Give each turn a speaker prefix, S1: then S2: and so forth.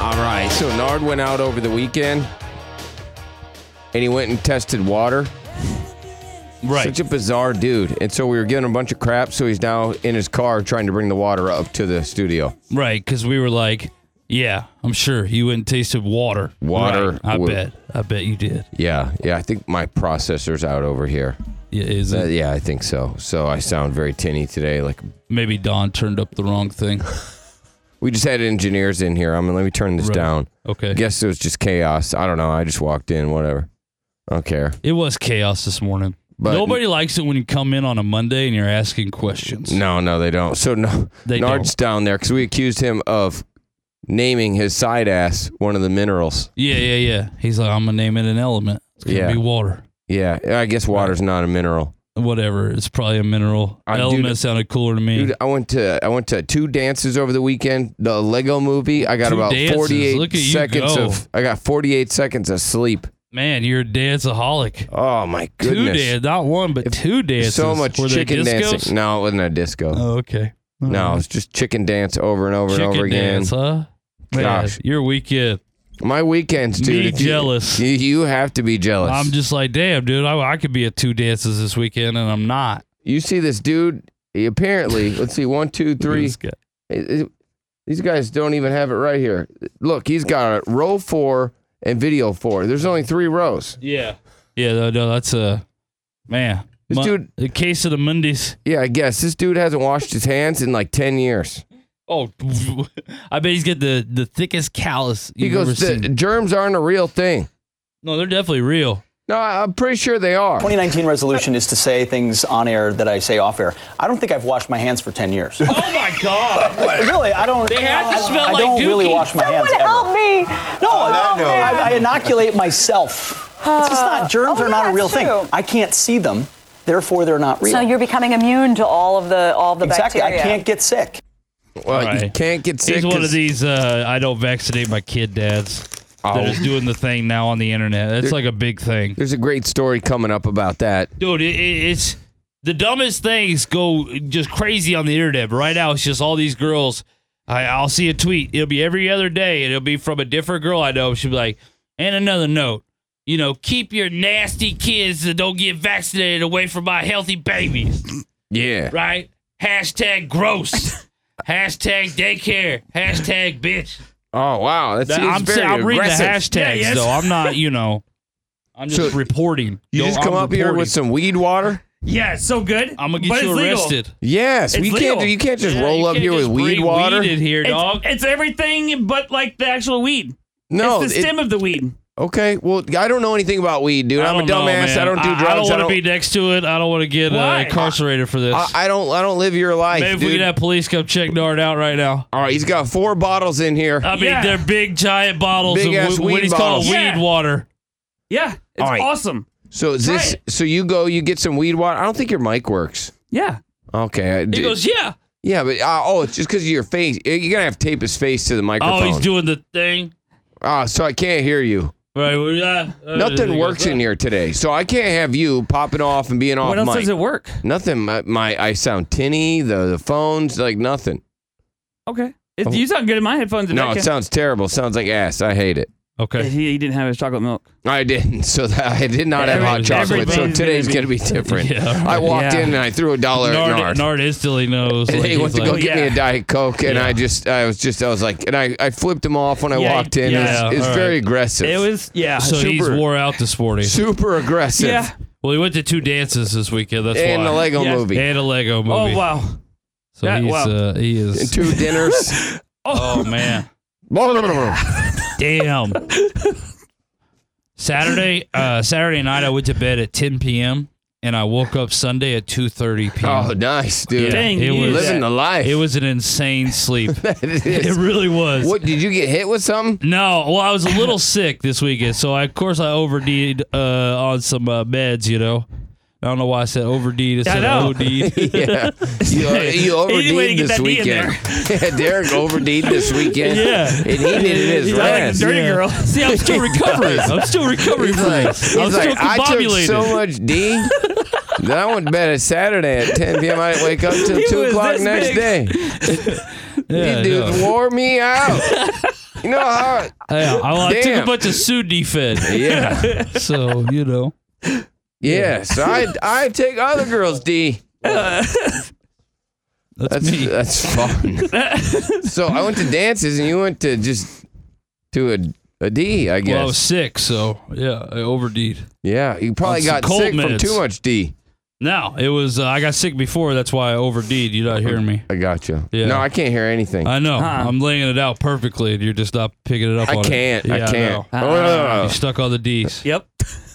S1: All right. So Nard went out over the weekend and he went and tested water.
S2: Right.
S1: Such a bizarre dude. And so we were giving him a bunch of crap. So he's now in his car trying to bring the water up to the studio.
S2: Right. Because we were like, yeah, I'm sure you went and tasted water.
S1: Water
S2: Right. I
S1: would-
S2: bet. I bet you did.
S1: Yeah. Yeah. I think my processor's out over here.
S2: Yeah, is
S1: Uh,
S2: it?
S1: yeah. I think so. So I sound very tinny today. Like
S2: Maybe Don turned up the wrong thing.
S1: we just had engineers in here. I'm going to let me turn this
S2: Right.
S1: down.
S2: Okay.
S1: I guess it was just chaos. I don't know. I just walked in, whatever. I don't care.
S2: It was chaos this morning.
S1: But-
S2: Nobody likes it when you come in on a Monday and you're asking questions.
S1: No, no, they don't. So no,
S2: They
S1: Nard's down there because we accused him of naming his side ass one of the minerals.
S2: Yeah, yeah, yeah. He's like, I'm gonna name it an element. It's gonna
S1: Yeah.
S2: be water.
S1: Yeah, I guess water's not a mineral.
S2: Whatever. It's probably a mineral.
S1: I- dude-
S2: element sounded cooler to me.
S1: Dude, I went to I went to two dances over the weekend. The Lego Movie. I got
S2: Two
S1: about
S2: dances.
S1: forty
S2: Look at
S1: eight
S2: you
S1: seconds
S2: go.
S1: of I got forty eight seconds of sleep.
S2: Man, you're a danceaholic.
S1: Oh my goodness!
S2: Two dance, not one, but two dances.
S1: So much
S2: Were they
S1: chicken
S2: discos?
S1: dancing. No, it wasn't a disco.
S2: Oh, okay.
S1: No, it's just chicken dance over and over
S2: chicken
S1: and over again.
S2: dance, huh? Man,
S1: Gosh.
S2: your weekend.
S1: My weekends, dude.
S2: Me
S1: if you-
S2: jealous.
S1: You, you have to be jealous.
S2: I'm just like, damn, dude. I, I could be at two dances this weekend, and I'm not.
S1: you see this dude? He apparently, let's see, one, two, three.
S2: This guy-
S1: It- it- these guys don't even have it right here. Look, he's got a row four and video four. There's only three rows.
S2: Yeah. Yeah. No, no that's a man.
S1: This dude-
S2: the case of the Mondays.
S1: Yeah, I guess this dude hasn't washed his hands in like ten years.
S2: Oh, I bet he's got the the thickest callus
S1: He
S2: you've ever
S1: goes, the,
S2: seen.
S1: germs aren't a real thing.
S2: no, they're definitely real.
S1: No, I- I'm pretty sure they are.
S3: 2019 resolution is to say things on air that I say off air. I don't think I've washed my hands for 10 years.
S2: Oh my god.
S3: really, I don't.
S2: They have to smell
S3: I
S2: like
S3: don't really
S2: dookie.
S3: wash my
S4: Someone
S3: hands ever.
S4: help me! Oh, No,
S5: that note.
S4: man.
S3: I, I inoculate myself. It's just not germs
S4: Oh,
S3: are not
S4: yeah,
S3: a real
S4: true.
S3: thing. I can't see them, therefore they're not real.
S4: So you're becoming immune to all of the all of the
S3: exactly.
S4: bacteria.
S3: I can't get sick.
S1: Well, you
S2: Right.
S1: can't get sick.
S2: He's one
S1: 'cause-
S2: of these uh, I don't vaccinate my kid dads that
S1: Oh.
S2: is doing the thing now on the internet. That's like a big thing.
S1: There's a great story coming up about that.
S2: Dude, it, it, it's the dumbest things go just crazy on the internet. But right now, it's just all these girls. I, I'll see a tweet. It'll be every other day, and it'll be from a different girl I know. She'll be like, and another note. You know, keep your nasty kids that don't get vaccinated away from my healthy babies.
S1: Yeah.
S2: Right? Hashtag gross. Hashtag daycare. Hashtag bitch.
S1: Oh wow, that
S2: That-
S1: seems
S2: I'm,
S1: very
S2: saying- I'm reading the
S1: aggressive.
S2: hashtags though. I'm not, you know, I'm just
S1: So,
S2: reporting.
S1: You
S2: Though
S1: just
S2: I'm
S1: come up here
S2: reporting.
S1: with some weed water.
S6: Yeah, it's so good.
S2: I'm gonna
S6: but
S2: get you
S6: it's legal.
S2: arrested.
S1: Yes,
S6: It's
S1: we can't.
S6: legal.
S1: do- You can't just
S2: Yeah,
S1: roll
S2: you
S1: up
S2: can't
S1: here with
S2: just
S1: weed
S2: breathe
S1: water.
S2: weed in here,
S6: It's,
S2: dog.
S6: it's everything but like the actual weed.
S1: no,
S6: it's the
S1: Oh, it-
S6: stem of the weed.
S1: okay. Well, I don't know anything about weed, dude.
S2: I
S1: I'm a
S2: don't know,
S1: dumbass.
S2: man.
S1: I don't do drugs.
S2: I don't
S1: I
S2: want
S1: don't.
S2: to be next to it. I don't want to get uh,
S6: Why?
S2: incarcerated for this.
S1: I, I don't. I don't live your life,
S2: Maybe if
S1: dude.
S2: we could have police come check Nard out right now.
S1: All right, he's got four bottles in here.
S2: I mean,
S6: Yeah.
S2: they're big, giant bottles
S1: Big ass
S2: of
S1: weed
S2: what he's
S1: bottles.
S2: called weed
S6: Yeah.
S2: water.
S6: Yeah, it's
S1: All right.
S6: awesome.
S1: so is this?
S6: try
S1: So you go, you get some weed water. I don't think your mic works.
S6: Yeah.
S1: Okay. I
S2: He
S1: did-
S2: goes, yeah.
S1: yeah, but uh, oh, it's just because of your face. You're gonna have to tape his face to the microphone.
S2: Oh, he's doing the thing.
S1: Ah, so I can't hear you.
S2: Right. well, yeah. Uh, he
S1: Nothing
S2: goes,
S1: works in
S2: uh,
S1: here today, so I can't have you popping off and being off
S6: what else
S1: mic.
S6: does it work?
S1: Nothing. My, my I sound tinny. The the phones like nothing.
S6: Okay. It, you sound good in my headphones.
S1: Oh.
S6: if
S1: No,
S6: I
S1: it
S6: can-
S1: sounds terrible. Sounds like ass. I hate it.
S2: Okay.
S6: He, he didn't have his chocolate milk.
S1: I didn't. So that, I did not have hot
S2: Everybody's
S1: chocolate. So
S6: everybody's
S1: today's
S6: gonna
S1: gonna be different.
S2: Yeah, all right.
S1: I walked
S6: Yeah.
S1: in and I threw a dollar at
S2: Nard,
S1: Nard.
S2: Nard instantly knows.
S1: And
S2: like,
S1: he
S2: he's
S1: went to
S2: like,
S1: go
S6: "Oh,
S1: get me
S6: yeah."
S1: a diet coke, and
S2: Yeah.
S1: I just, I was just, I was like, and I, I flipped him off when I
S6: Yeah,
S1: walked in.
S2: yeah,
S1: it's it's
S2: all
S1: very
S2: right.
S1: aggressive.
S6: It was yeah.
S2: So he's
S1: Super-
S2: wore out this morning.
S1: super aggressive.
S6: yeah.
S2: Well, he went to two dances this weekend. That's
S1: And
S2: why.
S1: the Lego
S6: Yeah.
S1: movie.
S2: And a Lego movie.
S6: Oh wow.
S2: So
S6: Yeah,
S2: he's
S6: wow.
S2: uh, he
S1: And
S2: is.
S1: two dinners.
S2: oh man,
S1: oh
S2: damn. Saturday, uh, Saturday night, I went to bed at 10 p.m. and I woke up Sunday at 2:30 p.m.
S1: nice, Oh, dude.
S2: Yeah,
S6: Dang,
S2: it
S6: you
S2: was-
S6: did
S1: Living
S6: that.
S1: the life.
S2: It was an insane sleep.
S1: It
S2: it
S1: is.
S2: really was.
S1: What did you get hit with something?
S2: No, well, I was a little sick this weekend, so I, of course I overdid uh, on some uh, meds. You know, I don't know why I said overdid instead
S6: I know.
S2: of OD'd.
S1: Yeah, you, you
S6: Any way to
S1: overdid
S6: get
S1: this
S6: that D in
S1: weekend. yeah, Derek overdid this weekend.
S2: Yeah.
S1: and he needed his
S6: Sound like a
S1: rest.
S6: dirty
S2: Yeah.
S6: girl.
S2: See, I'm still recovering. I'm still recovering
S1: He's
S2: from
S1: like,
S2: this.
S1: he's
S2: I'm still
S1: like, I took
S2: combobulated.
S1: so much D that I went to bed at Saturday at 10 p.m. I didn't wake up till
S6: He
S1: two
S6: was
S1: o'clock
S6: this
S1: next
S6: big.
S1: day.
S2: Yeah,
S1: These
S2: I
S1: dudes
S2: know.
S1: wore me out. You know how?
S2: Yeah, I, I took a
S1: Damn.
S2: bunch of Sudney fed.
S1: Yeah.
S2: So, you know.
S1: Yeah. So I I take other girls, D.
S2: That's,
S1: That's uh,
S2: me.
S1: that's fun. so I went to dances and you went to just to a a D, I guess.
S2: Well, I was sick, so yeah, I overdeed.
S1: yeah, you probably got
S2: on some cold
S1: sick
S2: minutes.
S1: from too much D.
S2: No, it was uh, I got sick before. That's why I overdeed. You're not hearing me.
S1: I got you.
S2: Yeah.
S1: No, I can't hear anything. I,
S2: I know.
S6: Huh.
S2: I'm laying it out perfectly, and you're just not picking it up. on
S1: can't.
S2: It.
S1: I
S2: Yeah,
S1: can't. Oh,
S2: know.
S1: no, no, no.
S2: you stuck on the D's.
S6: Yep.